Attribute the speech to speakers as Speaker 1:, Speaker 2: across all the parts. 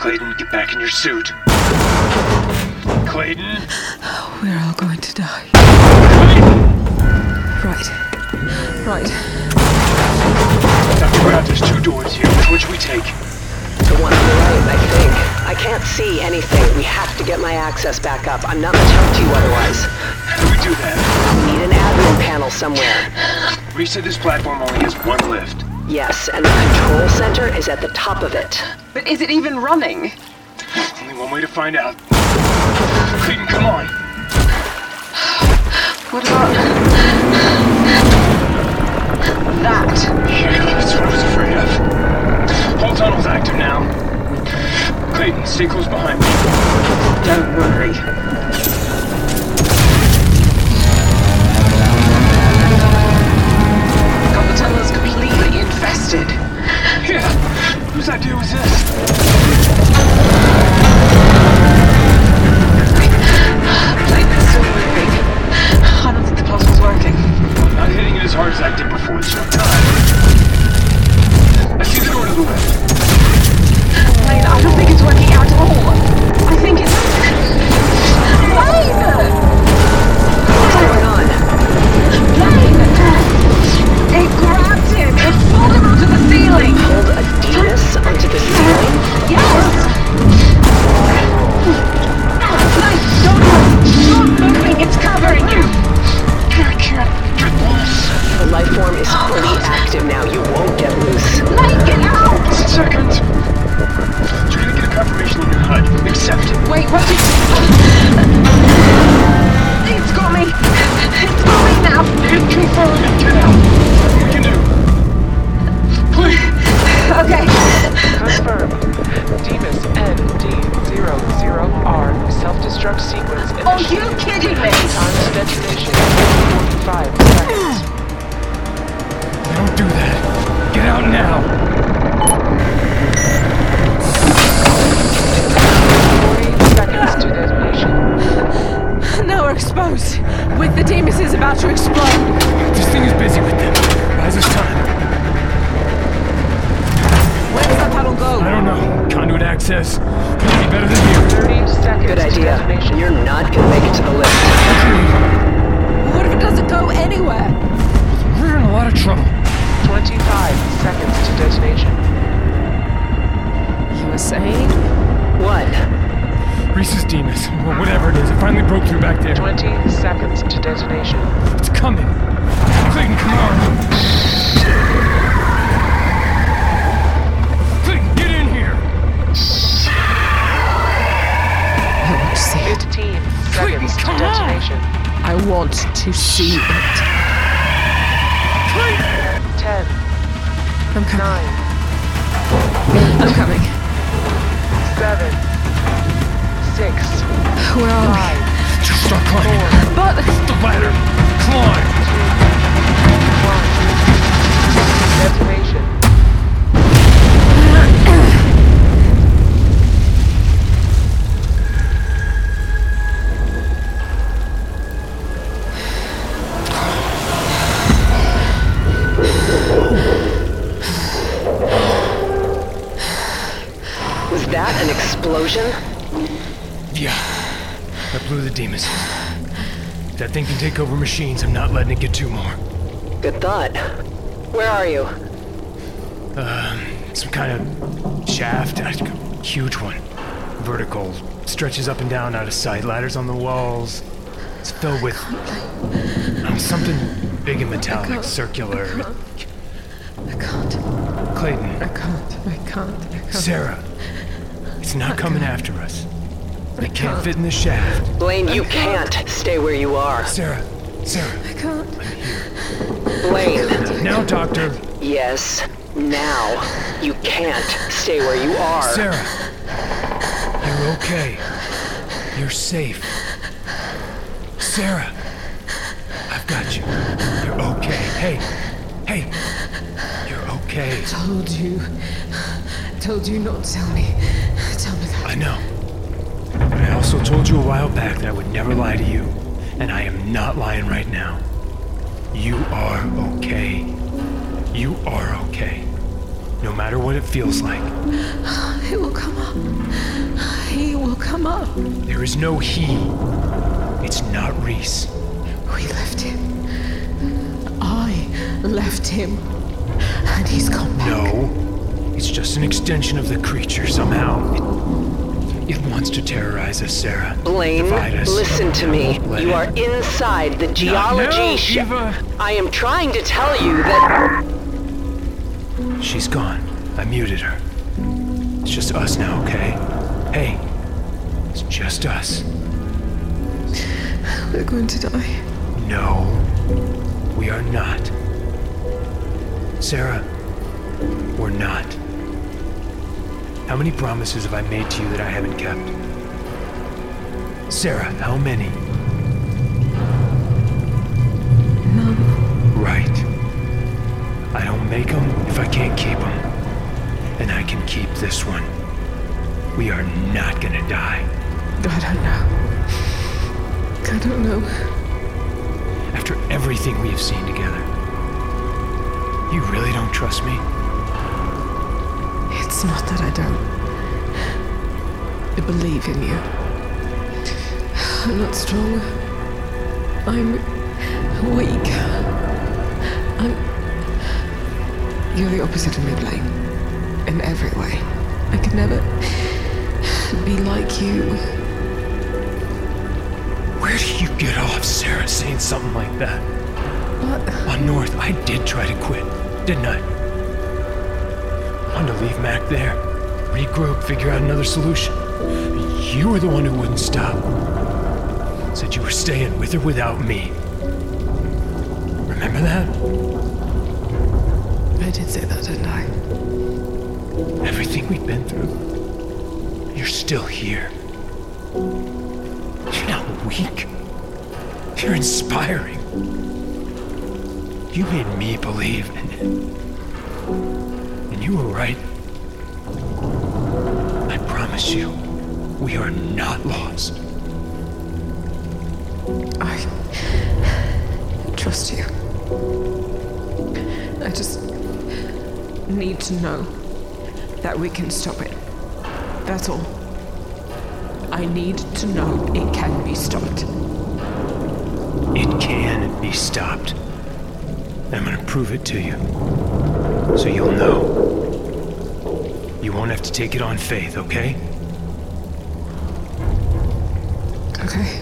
Speaker 1: Clayton, get back in your suit. Clayton?
Speaker 2: We're all going to die. Right. Right.
Speaker 1: Dr. Brown, there's two doors here. Which one should we take?
Speaker 3: The one on the right, I think. I can't see anything. We have to get my access back up. I'm not much help to you otherwise.
Speaker 1: How do we do that?
Speaker 3: We need an admin panel somewhere.
Speaker 1: We said this platform only has one lift.
Speaker 3: Yes, and the control center is at the top of it.
Speaker 4: But is it even running?
Speaker 1: Only one way to find out. Clayton, come on.
Speaker 4: What about that?
Speaker 1: Yeah, that's what I was afraid of. Whole tunnel's active now. Clayton, stay close behind me.
Speaker 4: Don't worry. God, the tunnel is completely infested.
Speaker 1: Yeah, whose idea was this?
Speaker 4: Like, it's still moving. I don't think the pulse was working.
Speaker 1: I'm not hitting it as hard as I did before. There's no time. I see the door to the left.
Speaker 4: Lane, I don't think it's working at all. I think it's. Lane!
Speaker 3: What's going on?
Speaker 4: Lane! It grabbed him! It pulled him to the ceiling!
Speaker 3: Hold a penis onto the ceiling?
Speaker 4: Yes! Lane, don't move! Stop moving! It's covering you!
Speaker 1: I can't get loose.
Speaker 3: The life form is fully active now. You won't get loose.
Speaker 4: Lane, get out!
Speaker 1: Just a second. You're gonna get a confirmation in your HUD. Accept it.
Speaker 4: Wait, what did It's got me! It's got me now!
Speaker 1: Hit confirm and get out. Nothing we can do.
Speaker 4: Okay.
Speaker 5: Confirm. Demas ND00R. Self-destruct sequence
Speaker 3: Oh,
Speaker 4: Are
Speaker 5: initiated.
Speaker 4: you kidding me?
Speaker 5: Time to detonation. 45 seconds.
Speaker 1: Don't do that. Get out now.
Speaker 5: 40 seconds to detonation.
Speaker 2: Now we're exposed. With the Demas is about to explode.
Speaker 1: This thing is busy with them. Why is this time?
Speaker 2: Where does that paddle go?
Speaker 1: I don't know. Conduit access. Could be better than here.
Speaker 5: 30 seconds
Speaker 3: Good
Speaker 5: to
Speaker 3: idea.
Speaker 5: detonation.
Speaker 3: You're not gonna make it to the lift.
Speaker 2: What if it doesn't go anywhere?
Speaker 1: We're in a lot of trouble.
Speaker 5: 25 seconds to detonation.
Speaker 2: You were saying?
Speaker 3: What?
Speaker 1: Reese's Demas, or whatever it is, it finally broke through back there.
Speaker 5: 20 seconds to detonation.
Speaker 1: It's coming. Clayton, come on. Clayton, get in here.
Speaker 2: I want to see it.
Speaker 5: 15 seconds to
Speaker 1: come on!
Speaker 5: detonation.
Speaker 2: I want to see it.
Speaker 5: 10,
Speaker 2: I'm coming.
Speaker 5: 9,
Speaker 2: I'm coming.
Speaker 5: 7, 6,
Speaker 2: Where are
Speaker 5: 5,
Speaker 1: Just start climbing.
Speaker 5: 4,
Speaker 2: we? But
Speaker 1: The ladder. Climb.
Speaker 5: Detonation.
Speaker 3: Was that an explosion?
Speaker 1: Yeah. I blew the Demas. If That thing can take over machines. I'm not letting it get two more.
Speaker 3: Good thought. Where are you?
Speaker 1: Some kind of shaft, a huge one. Vertical. Stretches up and down out of sight. Ladders on the walls. It's filled with um, something big and metallic, circular.
Speaker 2: I can't.
Speaker 1: Clayton,
Speaker 2: I can't. I can't. I can't.
Speaker 1: Sarah, it's not coming after us. It can't fit in the shaft.
Speaker 3: Blaine, you can't stay where you are.
Speaker 1: Sarah, Sarah,
Speaker 2: I can't.
Speaker 3: Blaine.
Speaker 1: now, Doctor.
Speaker 3: Yes. Now. You can't stay where you are.
Speaker 1: Sarah, you're okay. You're safe. Sarah, I've got you. You're okay. Hey, hey, you're okay.
Speaker 2: Told you. Told you not to tell me. Tell me that.
Speaker 1: I know. But I also told you a while back that I would never lie to you, and I am not lying right now. You are okay. You are okay. No matter what it feels like.
Speaker 2: It will come up. He will come up.
Speaker 1: There is no he. It's not Reese.
Speaker 2: We left him. I left him. And he's gone back.
Speaker 1: No. It's just an extension of the creature somehow. It, it wants to terrorize us, Sarah.
Speaker 3: Blaine,
Speaker 1: Divide us.
Speaker 3: listen to me.
Speaker 1: Blaine.
Speaker 3: You are inside the geology
Speaker 1: now,
Speaker 3: sh-
Speaker 1: Eva.
Speaker 3: I am trying to tell you that
Speaker 1: She's gone. I muted her. It's just us now, okay? Hey, it's just us.
Speaker 2: We're going to die.
Speaker 1: No, we are not. Sarah, we're not. How many promises have I made to you that I haven't kept? Sarah, how many? None. Right. I don't make them if I can't keep them. And I can keep this one. We are not gonna die.
Speaker 2: I don't know. I don't know.
Speaker 1: after everything we have seen together. You really don't trust me?
Speaker 2: It's not that I don't believe in you. I'm not strong. I'm weak. I'm. You're the opposite of me, Blaine. In every way. I could never be like you.
Speaker 1: Where do you get off, Sarah, saying something like that?
Speaker 2: What?
Speaker 1: On North, I did try to quit, didn't I? Wanted to leave Mac there, regroup, figure out another solution. You were the one who wouldn't stop. Said you were staying with or without me. Remember that?
Speaker 2: I did say that, didn't I?
Speaker 1: Everything we've been through. You're still here. You're not weak. You're inspiring. You made me believe, and, and you were right. I promise you, we are not lost.
Speaker 2: I trust you. I just need to know that we can stop it. That's all. I need to know it can be stopped.
Speaker 1: It can be stopped. I'm gonna prove it to you. So you'll know. You won't have to take it on faith, okay?
Speaker 2: Okay.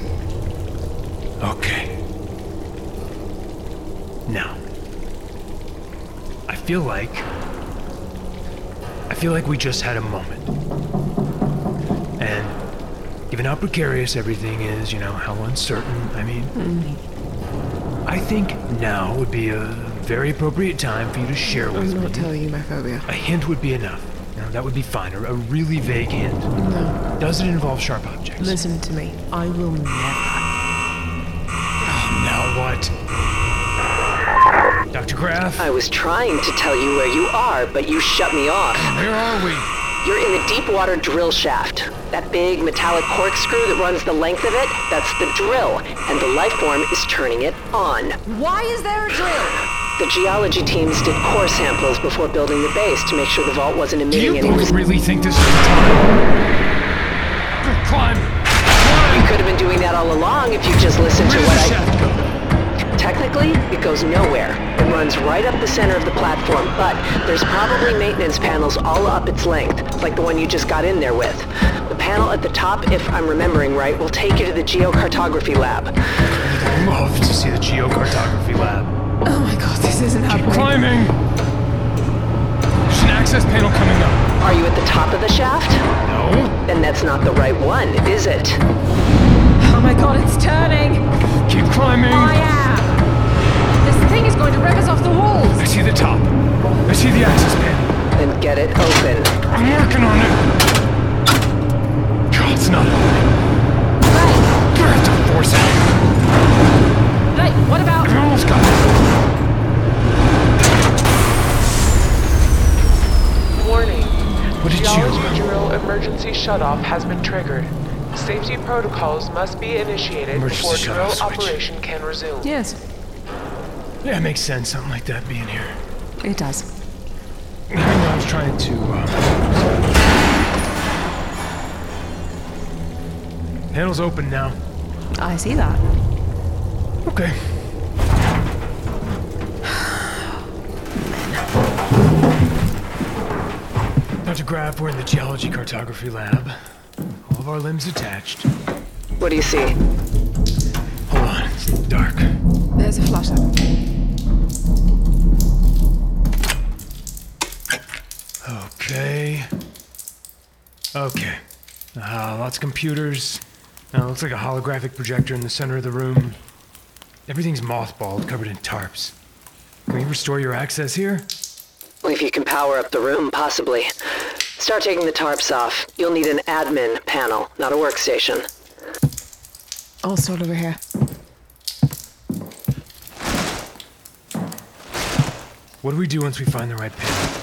Speaker 1: Okay. Now, I feel like. I feel like we just had a moment. And given how precarious everything is, you know, how uncertain, I mean.
Speaker 2: Mm-hmm.
Speaker 1: I think now would be a very appropriate time for you to share with
Speaker 2: I'm not
Speaker 1: me.
Speaker 2: telling you my phobia.
Speaker 1: A hint would be enough. You know, that would be fine. A, a really vague hint.
Speaker 2: No.
Speaker 1: Does it involve sharp objects?
Speaker 2: Listen to me. I will never.
Speaker 1: Now what? Dr. Graff?
Speaker 3: I was trying to tell you where you are, but you shut me off.
Speaker 1: Where are we?
Speaker 3: You're in the deep water drill shaft. That big metallic corkscrew that runs the length of it, that's the drill, and the life form is turning it on.
Speaker 6: Why is there a drill?
Speaker 3: The geology teams did core samples before building the base to make sure the vault wasn't
Speaker 1: Do you
Speaker 3: emitting any.
Speaker 1: both
Speaker 3: res-
Speaker 1: really think this is the time? Go Climb!
Speaker 3: You
Speaker 1: Climb!
Speaker 3: could have been doing that all along if you just listened to
Speaker 1: Where does the
Speaker 3: what I.
Speaker 1: shaft go?
Speaker 3: Technically, it goes nowhere. It runs right up the center of the platform, but there's probably maintenance panels all up its length, like the one you just got in there with. The panel at the top, if I'm remembering right, will take you to the geocartography lab.
Speaker 1: Love to see the geocartography lab.
Speaker 2: Oh my god, this isn't happening.
Speaker 1: Climbing! There's an access panel coming up.
Speaker 3: Are you at the top of the shaft?
Speaker 1: No?
Speaker 3: Then that's not the right one, is it?
Speaker 2: Oh my god, it's turning!
Speaker 1: Keep climbing!
Speaker 2: I am!
Speaker 7: thing is going to wreck us off the walls!
Speaker 1: I see the top. I see the access pin.
Speaker 3: and get it open.
Speaker 1: I'm working on it. God, it's not opening.
Speaker 7: Right,
Speaker 1: I'm gonna have to force it.
Speaker 7: right, what about.
Speaker 1: I almost got it.
Speaker 5: Warning.
Speaker 1: What did
Speaker 5: Geology
Speaker 1: you?
Speaker 5: drill emergency shutoff has been triggered. Safety protocols must be initiated
Speaker 1: Emergency
Speaker 5: before
Speaker 1: shut-off
Speaker 5: drill
Speaker 1: switch.
Speaker 5: operation can resume.
Speaker 2: Yes,
Speaker 1: Yeah, it makes sense. Something like that being here.
Speaker 2: it does.
Speaker 1: Even though I was trying to. Uh... Panel's open now.
Speaker 2: I see that.
Speaker 1: Okay. Dr. Graf, we're in the geology cartography lab. All of our limbs attached.
Speaker 3: What do you see?
Speaker 1: Hold on, it's dark.
Speaker 2: There's a flutter.
Speaker 1: Okay. Okay. Uh, lots of computers. Uh, looks like a holographic projector in the center of the room. Everything's mothballed, covered in tarps. Can you restore your access here?
Speaker 3: If you can power up the room, possibly. Start taking the tarps off. You'll need an admin panel, not a workstation.
Speaker 2: I'll sort over here.
Speaker 1: What do we do once we find the right panel?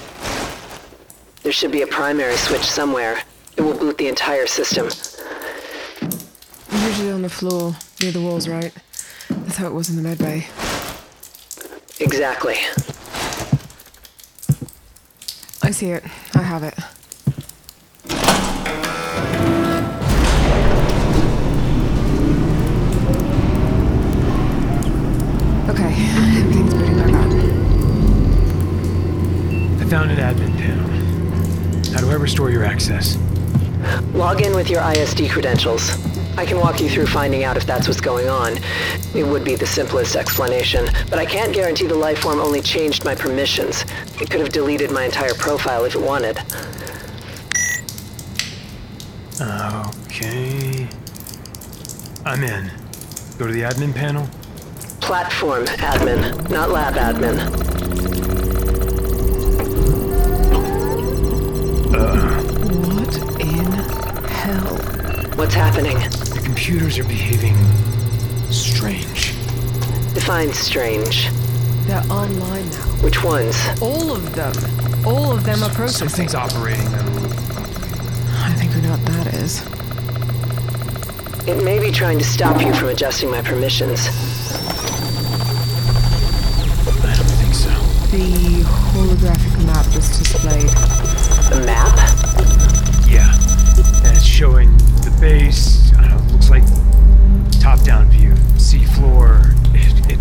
Speaker 3: There should be a primary switch somewhere. It will boot the entire system.
Speaker 2: Usually on the floor, near the walls, right? That's how it was in the med bay.
Speaker 3: Exactly.
Speaker 2: I see it. I have it. Okay, everything's booting back up.
Speaker 1: I found an admin panel. How do I restore your access?
Speaker 3: Log in with your ISD credentials. I can walk you through finding out if that's what's going on. It would be the simplest explanation, but I can't guarantee the lifeform only changed my permissions. It could have deleted my entire profile if it wanted.
Speaker 1: Okay. I'm in. Go to the admin panel.
Speaker 3: Platform admin, not lab admin.
Speaker 2: What in hell?
Speaker 3: What's happening?
Speaker 1: The computers are behaving strange.
Speaker 3: Define strange.
Speaker 2: They're online now.
Speaker 3: Which ones?
Speaker 2: All of them. All of them are processing.
Speaker 1: Something's operating them.
Speaker 2: I think we know what that is.
Speaker 3: It may be trying to stop you from adjusting my permissions.
Speaker 1: I don't think so.
Speaker 2: The holographic map was displayed.
Speaker 3: The map?
Speaker 1: Yeah. And it's showing the base. I don't know. Looks like top-down view, sea floor. It, it.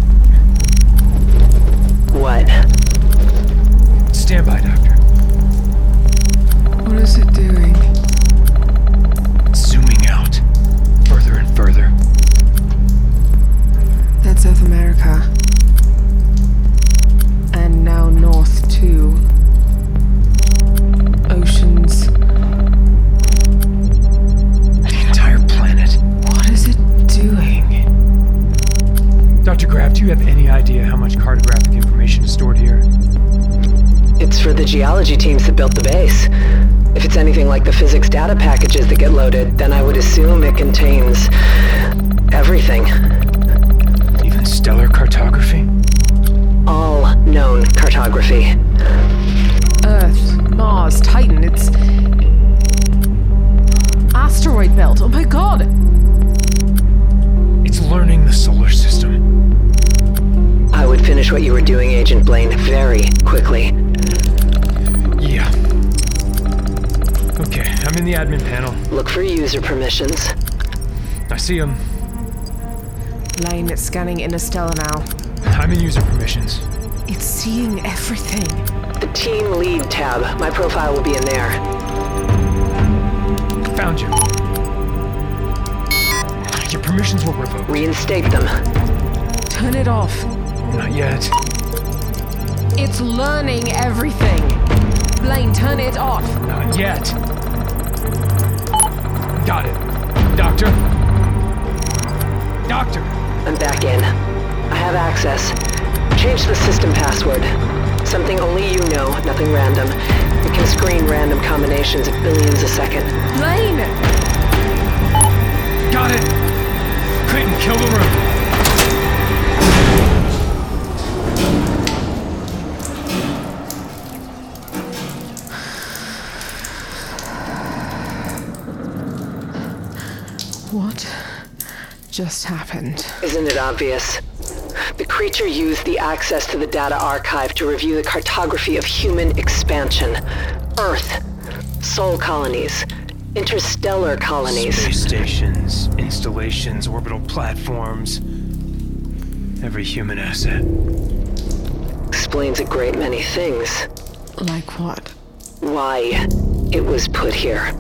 Speaker 3: What?
Speaker 1: Stand by, doctor.
Speaker 2: What is it doing?
Speaker 1: Zooming out, further and further.
Speaker 2: That's South America. And now north to oceans.
Speaker 1: The entire planet.
Speaker 2: What is it doing?
Speaker 1: Dr. Graf, do you have any idea how much cartographic information is stored here?
Speaker 3: It's for the geology teams that built the base. If it's anything like the physics data packages that get loaded, then I would assume it contains everything.
Speaker 1: Even stellar cartography?
Speaker 3: All known cartography.
Speaker 2: Earth, Mars, Titan, it's. Asteroid belt. Oh my god!
Speaker 1: It's learning the solar system.
Speaker 3: I would finish what you were doing, Agent Blaine, very quickly.
Speaker 1: Yeah. Okay, I'm in the admin panel.
Speaker 3: Look for user permissions.
Speaker 1: I see them.
Speaker 2: Lane, it's scanning Interstellar now.
Speaker 1: I'm in user permissions.
Speaker 2: It's seeing everything.
Speaker 3: The team lead tab. My profile will be in there.
Speaker 1: Found you. Your permissions were revoked.
Speaker 3: Reinstate them.
Speaker 2: Turn it off.
Speaker 1: Not yet.
Speaker 2: It's learning everything. Blaine, turn it off.
Speaker 1: Not yet. Got it. Doctor? Doctor!
Speaker 3: I'm back in. I have access. Change the system password. Something only you know, nothing random. It can screen random combinations of billions a second.
Speaker 7: Lane!
Speaker 1: Got it! Clayton, kill the room!
Speaker 2: What just happened?
Speaker 3: Isn't it obvious? The creature used the access to the data archive to review the cartography of human expansion. Earth, soul colonies, interstellar colonies.
Speaker 1: Space stations, installations, orbital platforms. Every human asset.
Speaker 3: Explains a great many things.
Speaker 2: Like what?
Speaker 3: Why it was put here.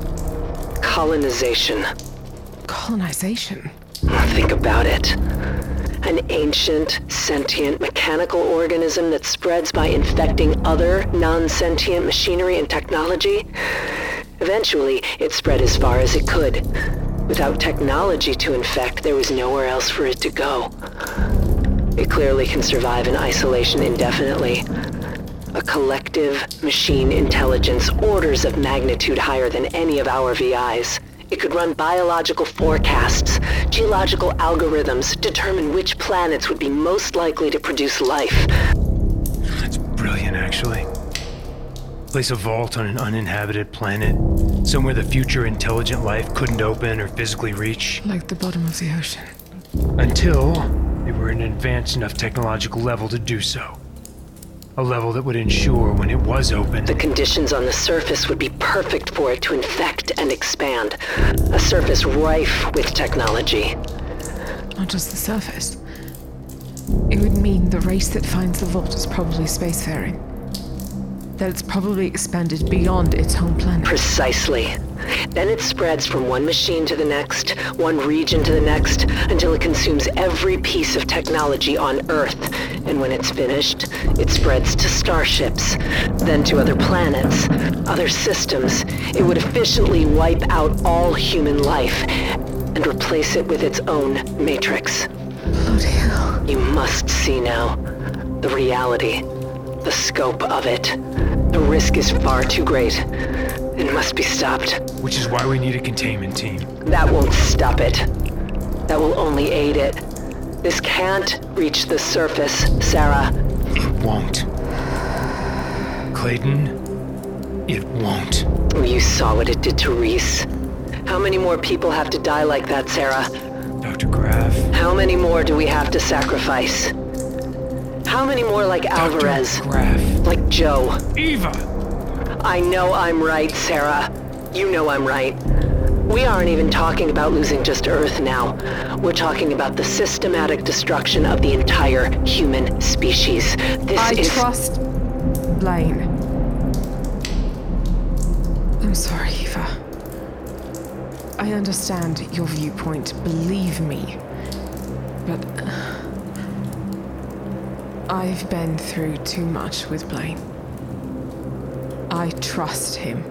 Speaker 3: Colonization.
Speaker 2: Colonization?
Speaker 3: Think about it. An ancient, sentient, mechanical organism that spreads by infecting other non-sentient machinery and technology? Eventually, it spread as far as it could. Without technology to infect, there was nowhere else for it to go. It clearly can survive in isolation indefinitely. A collective machine intelligence orders of magnitude higher than any of our VIs. It could run biological forecasts, geological algorithms, determine which planets would be most likely to produce life.
Speaker 1: That's brilliant, actually. Place a vault on an uninhabited planet, somewhere the future intelligent life couldn't open or physically reach,
Speaker 2: Like the bottom of the ocean.
Speaker 1: until they were at an advanced enough technological level to do so. A level that would ensure when it was open,
Speaker 3: The conditions on the surface would be perfect for it to infect and expand. A surface rife with technology.
Speaker 2: Not just the surface. It would mean the race that finds the vault is probably spacefaring. That it's probably expanded beyond its home planet.
Speaker 3: Precisely. Then it spreads from one machine to the next, one region to the next, until it consumes every piece of technology on Earth. And when it's finished, it spreads to starships, then to other planets, other systems. It would efficiently wipe out all human life and replace it with its own matrix.
Speaker 2: Bloody hell.
Speaker 3: You must see now the reality, the scope of it. The risk is far too great and must be stopped.
Speaker 1: which is why we need a containment team.
Speaker 3: That won't stop it. That will only aid it. This can't reach the surface, Sarah.
Speaker 1: It won't. Clayton, it won't.
Speaker 3: Oh, You saw what it did to Reese. How many more people have to die like that, Sarah?
Speaker 1: Dr. Graff.
Speaker 3: How many more do we have to sacrifice? How many more like Alvarez,
Speaker 1: Dr. Graff.
Speaker 3: like Joe?
Speaker 1: Eva!
Speaker 3: I know I'm right, Sarah. You know I'm right. We aren't even talking about losing just Earth now. We're talking about the systematic destruction of the entire human species. This
Speaker 7: I
Speaker 3: is
Speaker 7: trust.
Speaker 2: Blaine. I'm sorry, Eva. I understand your viewpoint, believe me. But uh, I've been through too much with Blaine. I trust him.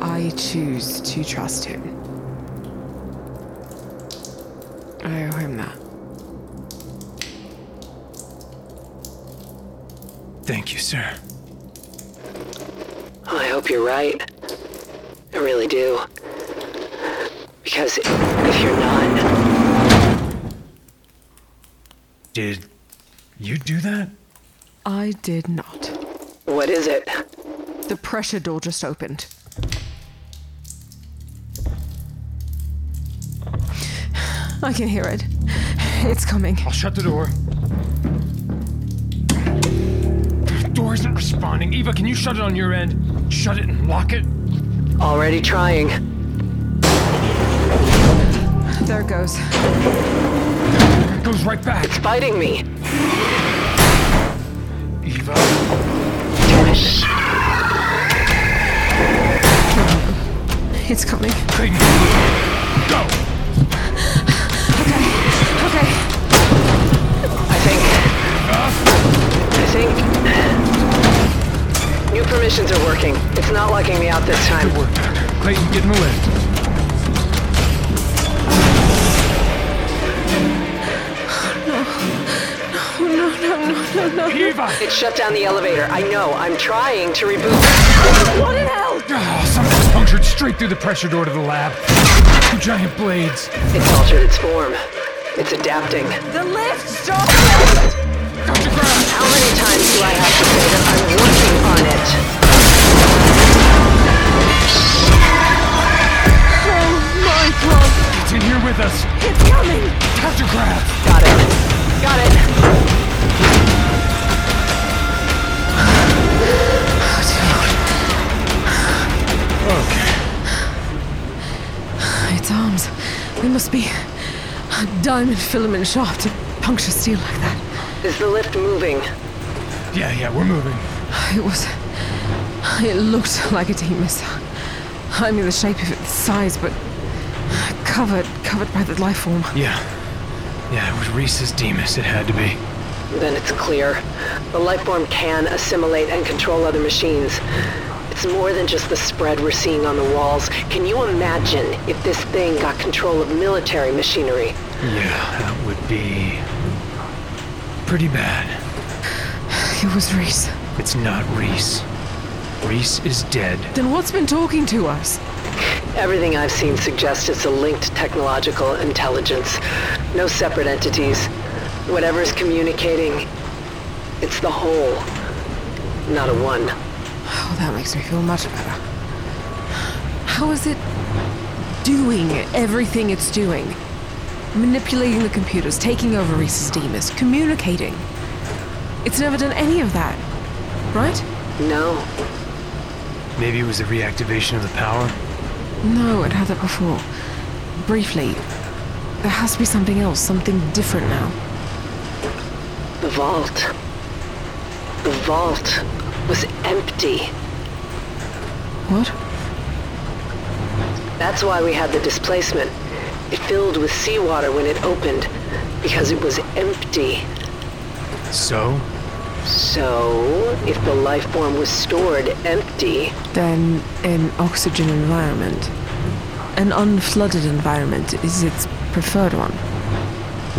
Speaker 2: I choose to trust him. I owe him that.
Speaker 1: Thank you, sir.
Speaker 3: Oh, I hope you're right. I really do. Because if you're not,
Speaker 1: Did you do that?
Speaker 2: I did not.
Speaker 3: what is it?
Speaker 2: The pressure door just opened. I can hear it. It's coming.
Speaker 1: I'll shut the door. The door isn't responding. Eva, can you shut it on your end? Shut it and lock it?
Speaker 3: Already trying.
Speaker 2: There it goes.
Speaker 1: It goes right back.
Speaker 3: Biting me.
Speaker 1: Eva.
Speaker 2: It's coming.
Speaker 1: Clayton. Go!
Speaker 2: Okay.
Speaker 3: I think. I think. New permissions are working. It's not locking me out this time.
Speaker 1: Good work. Clayton, get in the lift. Eva!
Speaker 3: It shut down the elevator. I know. I'm trying to reboot. What in hell?
Speaker 1: Ah, something's punctured straight through the pressure door to the lab. Two giant blades.
Speaker 3: It's altered its form. It's adapting.
Speaker 6: The lift! Stop!
Speaker 1: Dr. Grant!
Speaker 3: How many times do I have to say that I'm working on it?
Speaker 1: It's in here with us.
Speaker 6: It's coming!
Speaker 1: Dr. Grant!
Speaker 3: Got it. Got it.
Speaker 2: Its arms. They must be a diamond filament shaft to puncture steel like that.
Speaker 3: Is the lift moving?
Speaker 1: Yeah, yeah, we're moving.
Speaker 2: It was. It looked like a deep missile. I mean, the shape of it, the size, but covered, covered by the life form.
Speaker 1: Yeah. Yeah, it was Reese's Demas. It had to be.
Speaker 3: Then it's clear. The life form can assimilate and control other machines. It's more than just the spread we're seeing on the walls. Can you imagine if this thing got control of military machinery?
Speaker 1: Yeah, that would be. pretty bad.
Speaker 2: It was Reese.
Speaker 1: It's not Reese. Reese is dead.
Speaker 2: Then what's been talking to us?
Speaker 3: Everything I've seen suggests it's a linked technological intelligence. No separate entities. Whatever's communicating, it's the whole, not a one.
Speaker 2: Oh, that makes me feel much better. How is it doing everything it's doing? Manipulating the computers, taking over Reese's Demas, communicating. It's never done any of that, right?
Speaker 3: No,
Speaker 1: Maybe it was the reactivation of the power?
Speaker 2: No, it had that before. Briefly. There has to be something else, something different now.
Speaker 3: The vault. The vault was empty.
Speaker 2: What?
Speaker 3: That's why we had the displacement. It filled with seawater when it opened, because it was empty.
Speaker 1: So?
Speaker 3: So, if the life form was stored empty,
Speaker 2: Then an oxygen environment. An unflooded environment is its preferred one.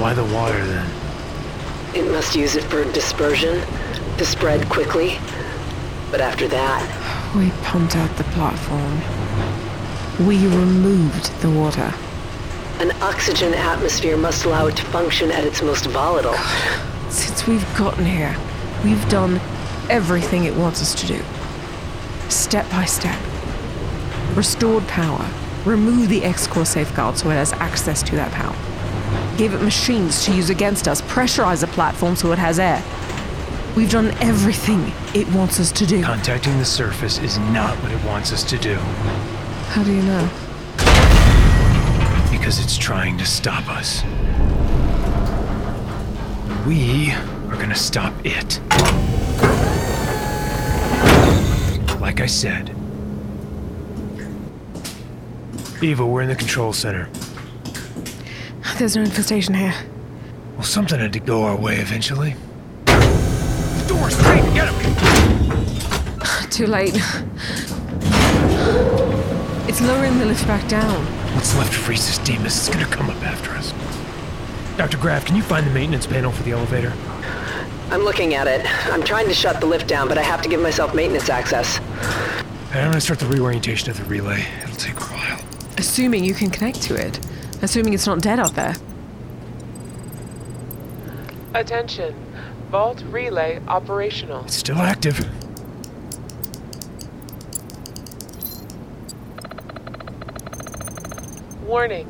Speaker 1: Why the water then?
Speaker 3: it must use it for dispersion, to spread quickly. But after that,
Speaker 2: We pumped out the platform. We removed the water.
Speaker 3: an oxygen atmosphere must allow it to function at its most volatile.
Speaker 2: Since we've gotten here, we've done everything it wants us to do. Step by step. Restored power. Remove the X core safeguard so it has access to that power. Gave it machines to use against us. Pressurize the platform so it has air. We've done everything it wants us to do.
Speaker 1: Contacting the surface is not what it wants us to do
Speaker 2: How do you know?
Speaker 1: because it's trying to stop us. We are gonna stop it. Like I said. Eva, we're in the control center.
Speaker 2: There's no infestation here.
Speaker 1: Well, something had to go our way eventually. The door's tight! Get him!
Speaker 2: Too late. It's lowering the lift back down.
Speaker 1: What's left of Reese's Demas is gonna come up after us. Dr. Graff, can you find the maintenance panel for the elevator?
Speaker 3: I'm looking at it. I'm trying to shut the lift down, but I have to give myself maintenance access.
Speaker 1: I'm gonna start the reorientation of the relay. It'll take a while.
Speaker 2: Assuming you can connect to it. Assuming it's not dead out there.
Speaker 5: Attention. Vault relay operational.
Speaker 1: It's still active.
Speaker 5: Warning.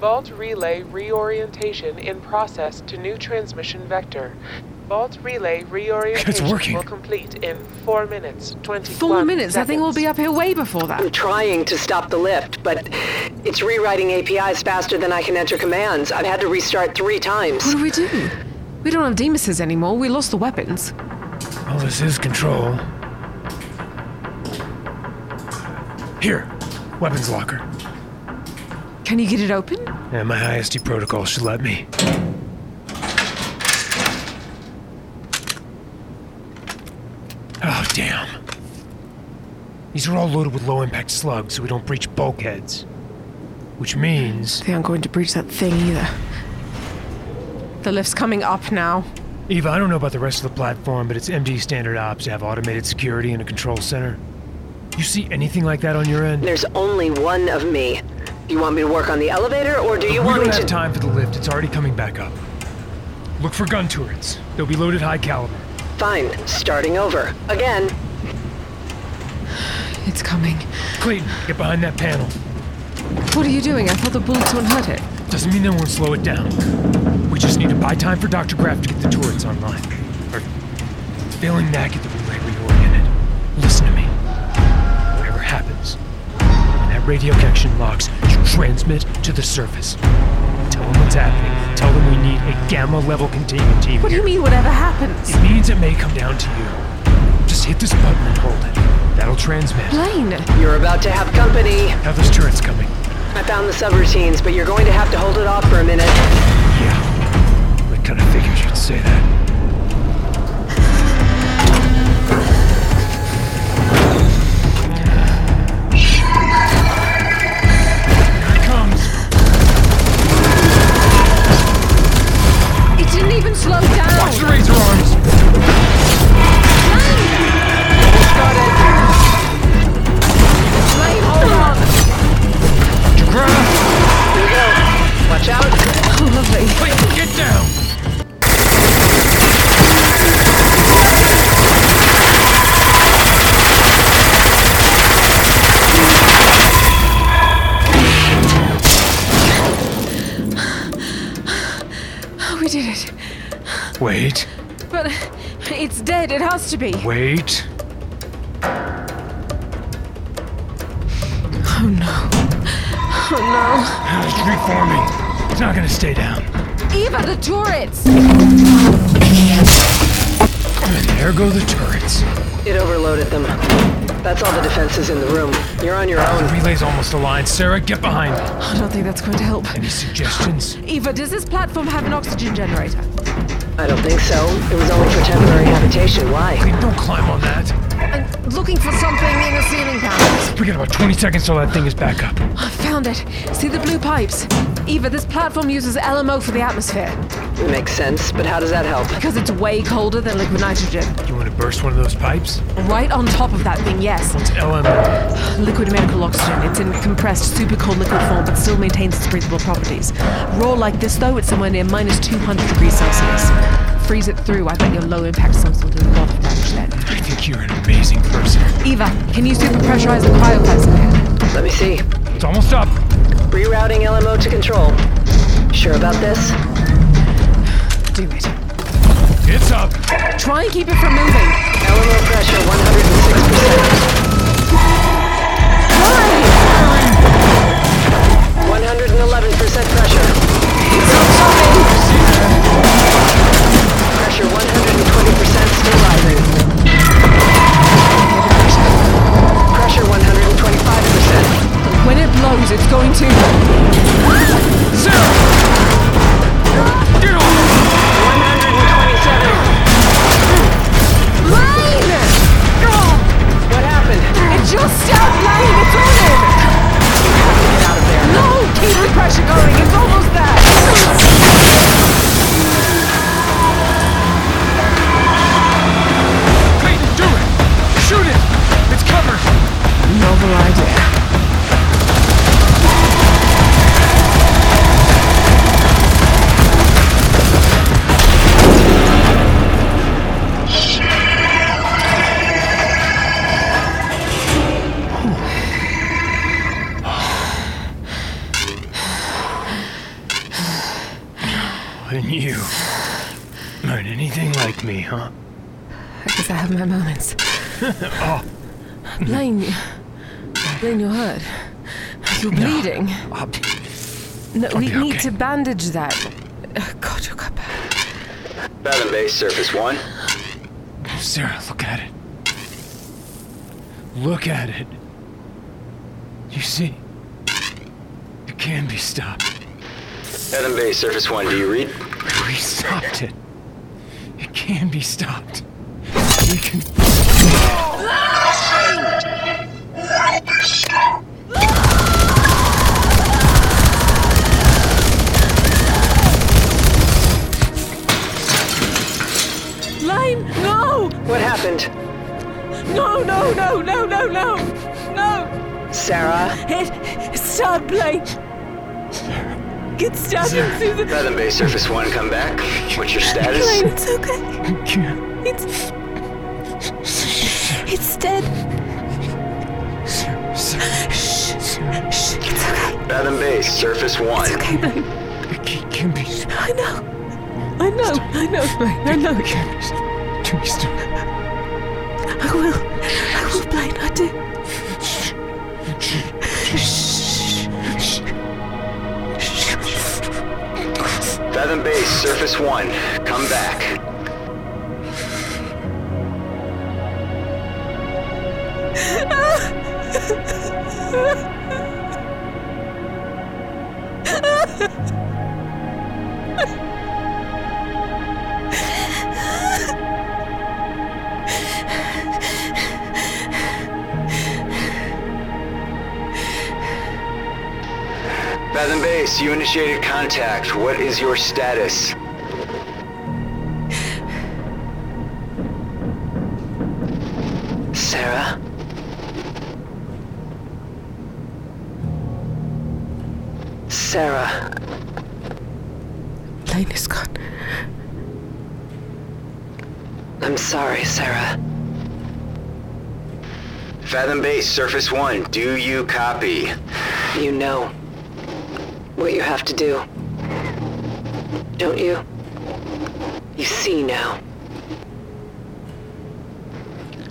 Speaker 5: Vault relay reorientation in process to new transmission vector. Vault relay
Speaker 1: working.
Speaker 5: reorientation will complete in 4 minutes 20
Speaker 2: Four minutes. I think we'll be up here way before
Speaker 3: I'm
Speaker 2: that.
Speaker 3: trying to stop the lift, but it's rewriting APIs faster than I can enter commands. I've had to restart three
Speaker 2: What
Speaker 3: times.
Speaker 2: do we do? We don't have Demises anymore. We lost the weapons.
Speaker 1: Well, Oh, this is control. Here, weapons locker.
Speaker 2: Can you get it open?
Speaker 1: Yeah, my ISD protocol should let me. Oh, damn. These are all loaded with low impact slugs so we don't breach bulkheads. Which means
Speaker 2: They aren't going to breach that thing either. The lift's coming up now.
Speaker 1: Eva, I don't know about the rest of the platform, but it's MD standard ops to have automated security and a control center. You see anything like that on your end?
Speaker 3: There's only one of me. You want me to work on the elevator, or do you
Speaker 1: we
Speaker 3: want
Speaker 1: don't
Speaker 3: me
Speaker 1: have
Speaker 3: to?
Speaker 1: time for the lift. It's already coming back up. Look for gun turrets. They'll be loaded high caliber.
Speaker 3: Fine, starting over again.
Speaker 4: It's coming.
Speaker 1: Clayton, get behind that panel.
Speaker 4: What are you doing? I thought the bullets wouldn't hurt it.
Speaker 1: Doesn't mean they won't slow it down. We just need to buy time for Dr. Graff to get the turrets online. Or, failing that, get the relay reoriented. Listen to me. Whatever happens, when that radio connection locks, you transmit to the surface. Tell them what's happening. Tell them we need a gamma level containment team.
Speaker 8: What do you
Speaker 1: here.
Speaker 8: mean, whatever happens?
Speaker 1: It means it may come down to you. Just hit this button and hold it. That'll transmit.
Speaker 4: Blaine!
Speaker 3: You're about to have company.
Speaker 1: Now those turrets coming.
Speaker 3: I found the subroutines, but you're going to have to hold it off for a minute.
Speaker 1: Yeah. I kind of figured you'd say that. Here it comes.
Speaker 2: It didn't even slow
Speaker 1: Watch
Speaker 2: down.
Speaker 1: the razor arms.
Speaker 2: Blaine, hold on.
Speaker 1: Grab.
Speaker 3: Here we go. Watch out.
Speaker 1: Wait, get down.
Speaker 4: Oh, we did it.
Speaker 1: Wait.
Speaker 2: But it's dead. It has to be.
Speaker 1: Wait.
Speaker 4: Oh no. Oh
Speaker 1: It's reforming. It's not gonna stay down.
Speaker 2: Eva, the turrets.
Speaker 1: And there go the turrets.
Speaker 3: It overloaded them. That's all the defenses in the room. You're on your
Speaker 1: The
Speaker 3: own.
Speaker 1: relay's almost aligned. Sarah, get behind
Speaker 4: no.
Speaker 1: it.
Speaker 4: I don't think that's going to help.
Speaker 1: Any suggestions?
Speaker 2: Eva, does this platform have an oxygen generator?
Speaker 3: I don't think so. It was only for temporary habitation. Why?
Speaker 1: Don't climb on that.
Speaker 2: I'm looking for something in the ceiling panels.
Speaker 1: We got about 20 seconds till that thing is back up.
Speaker 2: I found it. See the blue pipes? Eva, this platform uses LMO for the atmosphere
Speaker 3: It makes sense, but how does that help?
Speaker 2: because it's way colder than liquid nitrogen.
Speaker 1: You want to burst one of those pipes?
Speaker 2: Right on top of that thing, yes.
Speaker 1: It's LMO.
Speaker 2: Liquid medical oxygen. It's in compressed, super cold liquid form, but still maintains its breathable properties. Raw like this, though, it's somewhere near minus 200 degrees Celsius. Freeze it through. I bet your low impact some sort of lot of damage then.
Speaker 1: I think you're an amazing person.
Speaker 2: Eva, can you super pressurize the cryoplacer?
Speaker 3: Let me see.
Speaker 1: It's almost up.
Speaker 3: Rerouting LMO to control. Sure about this?
Speaker 2: Do it.
Speaker 1: It's up.
Speaker 2: Try and keep it from moving.
Speaker 3: LMO pressure 106%. 111% pressure. Pressure 120% stabilizing. Pressure 125%.
Speaker 2: When it blows, it's going to.
Speaker 1: Sarah! Get off!
Speaker 3: 127.
Speaker 2: Blaine!
Speaker 3: What happened?
Speaker 2: It just stopped Blaine! It's on him!
Speaker 3: Get out of there.
Speaker 2: No! Keep the pressure going! It's almost there!
Speaker 1: Clayton, do it! Shoot it! It's covered!
Speaker 4: Novel idea.
Speaker 1: And you. Not anything like me, huh?
Speaker 4: I guess I have my moments.
Speaker 1: Oh.
Speaker 4: Blaine, you- Blaine, you're hurt. You're bleeding.
Speaker 1: I'll be-
Speaker 4: No, we
Speaker 1: be
Speaker 4: need
Speaker 1: okay.
Speaker 4: to bandage that. Oh, God, you got bad.
Speaker 9: Fathom base, surface one.
Speaker 1: Sarah, look at it. Look at it. You see? It can be stopped.
Speaker 9: Fathom base, surface one. Do you read?
Speaker 1: We stopped it. It can be stopped. We can.
Speaker 2: No!
Speaker 3: What happened?
Speaker 2: No, no, no, no, no, no! No!
Speaker 3: Sarah?
Speaker 2: It, it's start plane! Get stabbing through the
Speaker 9: Fathom Bay Surface 1, come back. What's your status?
Speaker 2: plane! It's okay! It's. It's dead! Shh! It's okay!
Speaker 9: Fathom Bay Surface 1.
Speaker 2: Okay, Blaine!
Speaker 1: Can be.
Speaker 2: I know! I know! I know, Blaine! I know!
Speaker 1: Can be still.
Speaker 2: I will. I will, Blaine. I do. Shh.
Speaker 9: Fathom Bay Surface 1, come back. Fathom Base, you initiated contact. What is your status? Sarah?
Speaker 3: Sarah?
Speaker 6: Blaine is gone.
Speaker 3: I'm sorry, Sarah.
Speaker 9: Fathom Base Surface 1, do you copy?
Speaker 3: You know what you have to do. Don't you? You see now.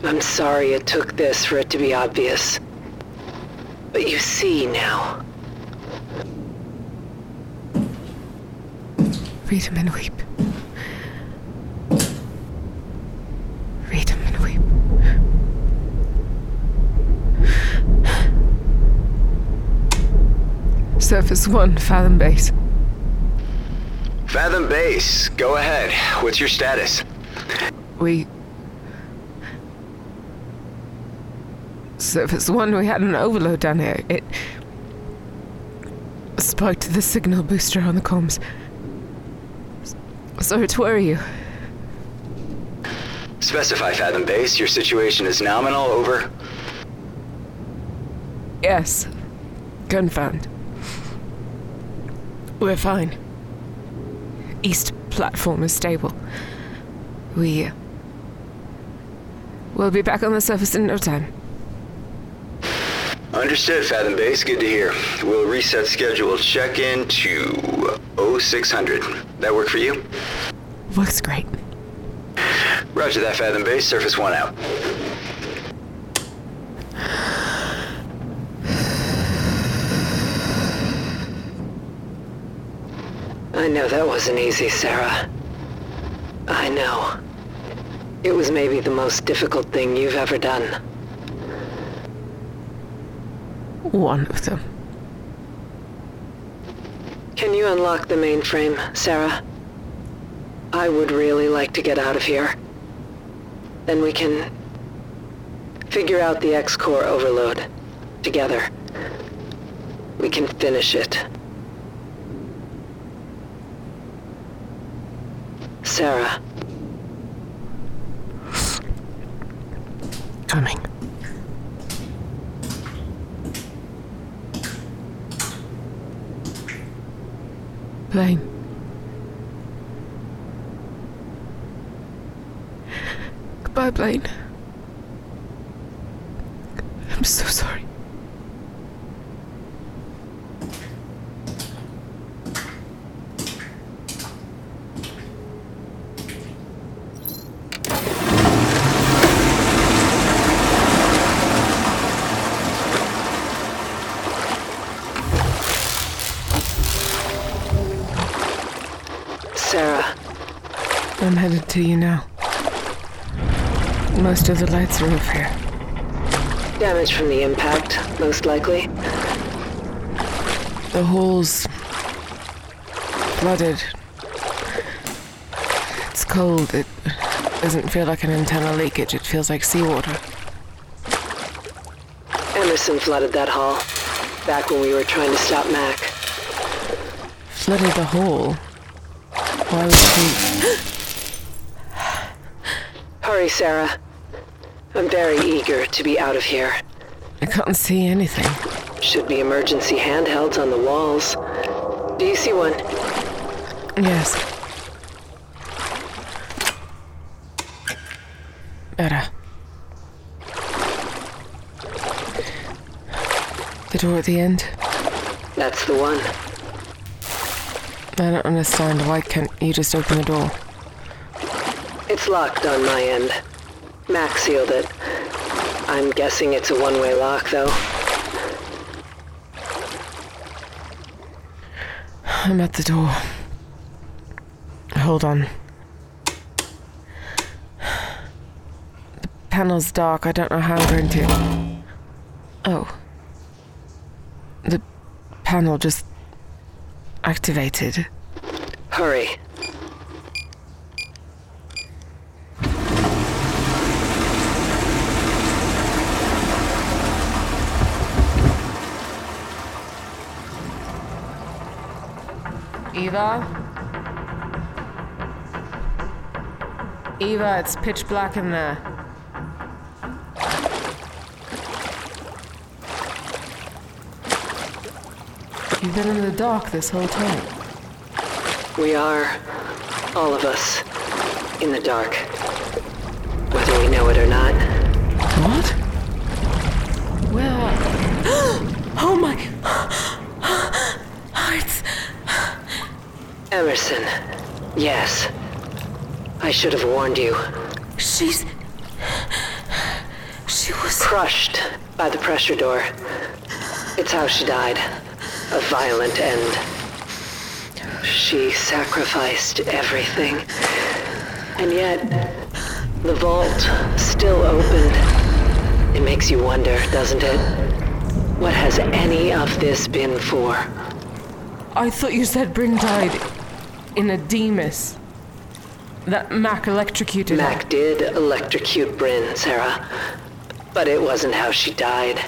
Speaker 3: I'm sorry it took this for it to be obvious. But you see now.
Speaker 6: Read him and weep. Read him and weep. Surface one, fathom base.
Speaker 9: Fathom Base, go ahead. What's your status?
Speaker 6: We. Surface one, we had an overload down here. It. spiked the signal booster on the comms. Sorry to worry you.
Speaker 9: Specify Fathom Base, your situation is nominal, over.
Speaker 6: Yes. Confirmed. We're fine. East platform is stable. We. uh, We'll be back on the surface in no time.
Speaker 9: Understood, Fathom Base. Good to hear. We'll reset schedule check-in to 0600. That work for you?
Speaker 6: Works great.
Speaker 9: Roger that, Fathom Base. Surface 1 out.
Speaker 3: I know that wasn't easy, Sarah. I know. It was maybe the most difficult thing you've ever done.
Speaker 6: One of them.
Speaker 3: Can you unlock the mainframe, Sarah? I would really like to get out of here. Then we can figure out the X-Core overload together. We can finish it. Sarah,
Speaker 6: Coming. Blaine. Goodbye, Blaine. I'm so sorry.
Speaker 3: Sarah,
Speaker 6: I'm headed to you now. Most of the lights are off here.
Speaker 3: damage from the impact, most likely.
Speaker 6: The hall's flooded. It's cold. It doesn't feel like an internal leakage. It feels like seawater.
Speaker 3: Emerson flooded that hall, back when we were trying to stop Mac.
Speaker 6: Flooded the hall. Why would she?
Speaker 3: Hurry, Sarah. I'm very eager to be out of here.
Speaker 6: I can't see anything.
Speaker 3: Should be emergency handhelds on the walls. Do you see one?
Speaker 6: Yes. Better. The door at the end.
Speaker 3: That's the one.
Speaker 6: I don't understand. Why can't you just open the door?
Speaker 3: It's locked on my end. Max sealed it. I'm guessing it's a one-way lock, though.
Speaker 6: I'm at the door. Hold on. The panel's dark. I don't know how I'm going to. Oh. The panel just activated.
Speaker 3: Hurry.
Speaker 6: Eva? Eva, it's pitch black in there. You've been in the dark this whole time.
Speaker 3: We are, all of us, in the dark. Whether we know it or not.
Speaker 6: What? Where are...
Speaker 10: oh my... Hearts...
Speaker 3: Emerson. Yes. I should have warned you.
Speaker 10: She's... She was...
Speaker 3: Crushed by the pressure door. It's how she died. A violent end. She sacrificed everything. And yet, the vault still opened. It makes you wonder, doesn't it? What has any of this been for?
Speaker 6: I thought you said Bryn died in a Demis. That Mac electrocuted
Speaker 3: Mac
Speaker 6: her.
Speaker 3: did electrocute Bryn, Sarah. But it wasn't how she died.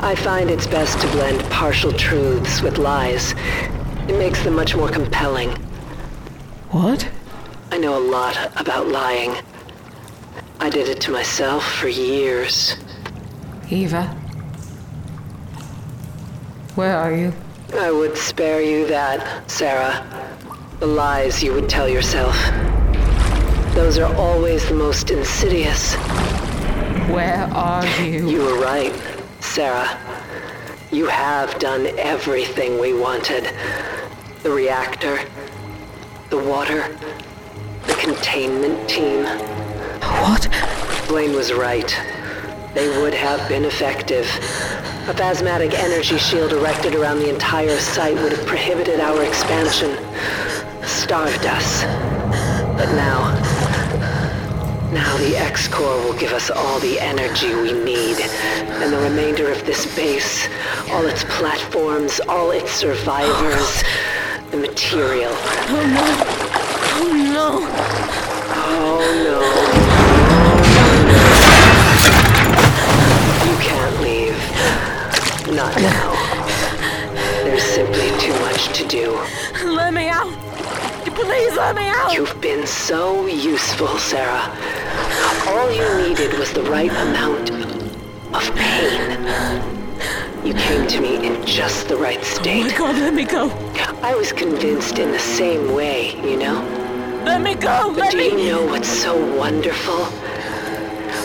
Speaker 3: I find it's best to blend partial truths with lies. It makes them much more compelling.
Speaker 6: What?
Speaker 3: I know a lot about lying. I did it to myself for years.
Speaker 6: Eva? Where are you?
Speaker 3: I would spare you that, Sarah. The lies you would tell yourself. Those are always the most insidious.
Speaker 6: Where are you?
Speaker 3: You were right, Sarah. You have done everything we wanted. The reactor, the water, the containment team.
Speaker 6: What?
Speaker 3: Blaine was right. They would have been effective. A phasmatic energy shield erected around the entire site would have prohibited our expansion, starved us. But now, now the X-Core will give us all the energy we need, and the remainder of this base, all its platforms, all its survivors, the material.
Speaker 10: Oh no! Oh no!
Speaker 3: Oh no. Not now. There's simply too much to do.
Speaker 10: Let me out! Please let me out!
Speaker 3: You've been so useful, Sarah. All you needed was the right amount of pain. You came to me in just the right state.
Speaker 10: Oh my god, let me go!
Speaker 3: I was convinced in the same way, you know?
Speaker 10: Let me go!
Speaker 3: But
Speaker 10: let
Speaker 3: do
Speaker 10: me...
Speaker 3: you know what's so wonderful?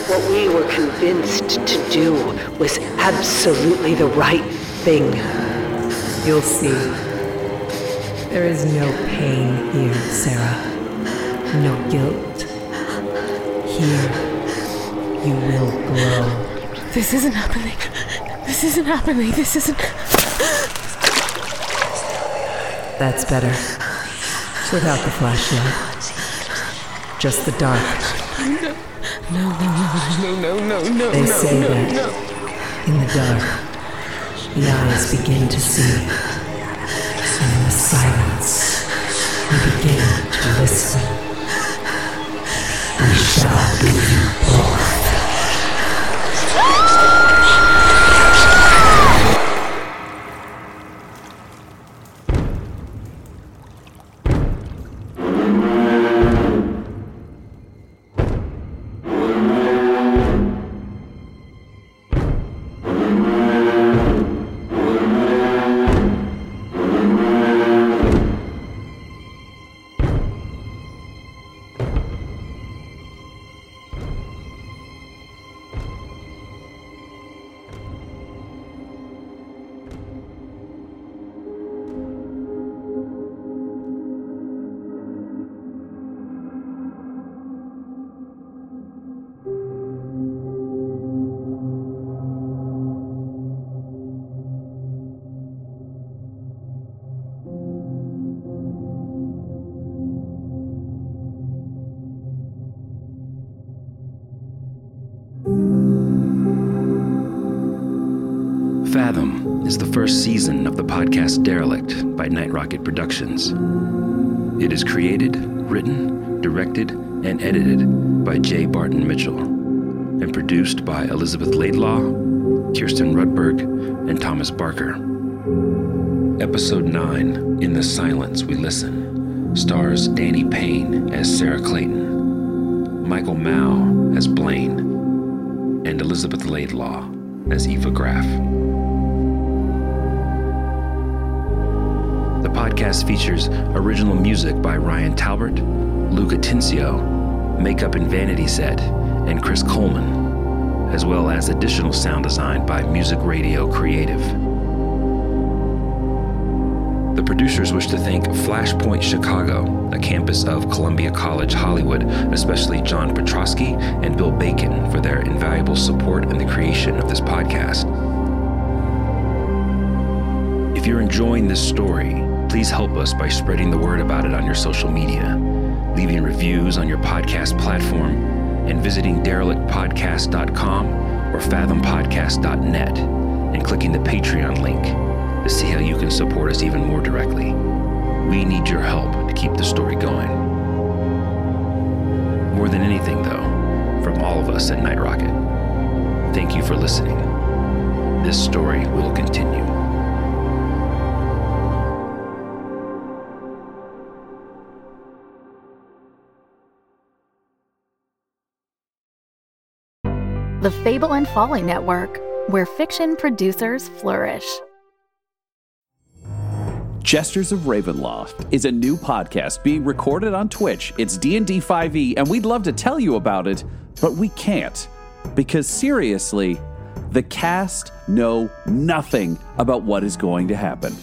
Speaker 3: What we were convinced to do was absolutely the right thing.
Speaker 2: You'll see. There is no pain here, Sarah. No guilt. Here, you will grow.
Speaker 10: This isn't happening. This isn't happening. This isn't.
Speaker 2: That's better. Without the flashlight. Just the dark.
Speaker 6: No. No, no, no, no, no, no.
Speaker 2: They
Speaker 6: no,
Speaker 2: say
Speaker 6: no,
Speaker 2: that
Speaker 6: no.
Speaker 2: in the dark, the eyes begin to see, and in the silence, we begin to listen. We shall be born.
Speaker 9: Fathom is the first season of the podcast Derelict by Night Rocket Productions. It is created, written, directed, and edited by J. Barton Mitchell, and produced by Elizabeth Laidlaw, Kirsten Rudberg, and Thomas Barker. Episode 9, In the Silence We Listen, stars Danny Payne as Sarah Clayton, Michael Mao as Blaine, and Elizabeth Laidlaw as Eva Graff. The podcast features original music by Ryan Talbert, Luca Tincio, Makeup and Vanity Set, and Chris Coleman, as well as additional sound design by Music Radio Creative. The producers wish to thank Flashpoint Chicago, a campus of Columbia College Hollywood, especially John Petrosky and Bill Bacon for their invaluable support in the creation of this podcast. If you're enjoying this story, please help us by spreading the word about it on your social media, leaving reviews on your podcast platform, and visiting derelictpodcast.com or fathompodcast.net and clicking the Patreon link to see how you can support us even more directly. We need your help to keep the story going. More than anything, though, from all of us at Night Rocket, thank you for listening. This story will continue.
Speaker 11: The Fable and Folly Network, where fiction producers flourish.
Speaker 12: Jesters of Ravenloft is a new podcast being recorded on Twitch. It's D&D 5e and we'd love to tell you about it, but we can't because seriously, the cast know nothing about what is going to happen.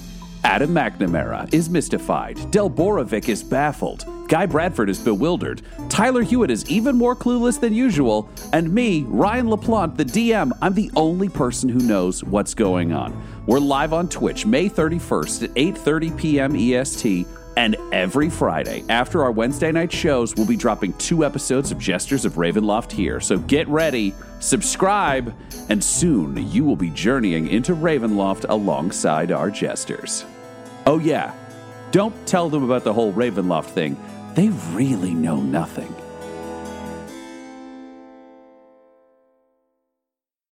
Speaker 12: Adam McNamara is mystified. Del Borovic is baffled. Guy Bradford is bewildered. Tyler Hewitt is even more clueless than usual. And me, Ryan LaPlante, the DM, I'm the only person who knows what's going on. We're live on Twitch May 31st at 8.30 p.m. EST. And every Friday, after our Wednesday night shows, we'll be dropping two episodes of Jesters of Ravenloft here. So get ready, subscribe, and soon you will be journeying into Ravenloft alongside our jesters. Oh, yeah, don't tell them about the whole Ravenloft thing. They really know nothing.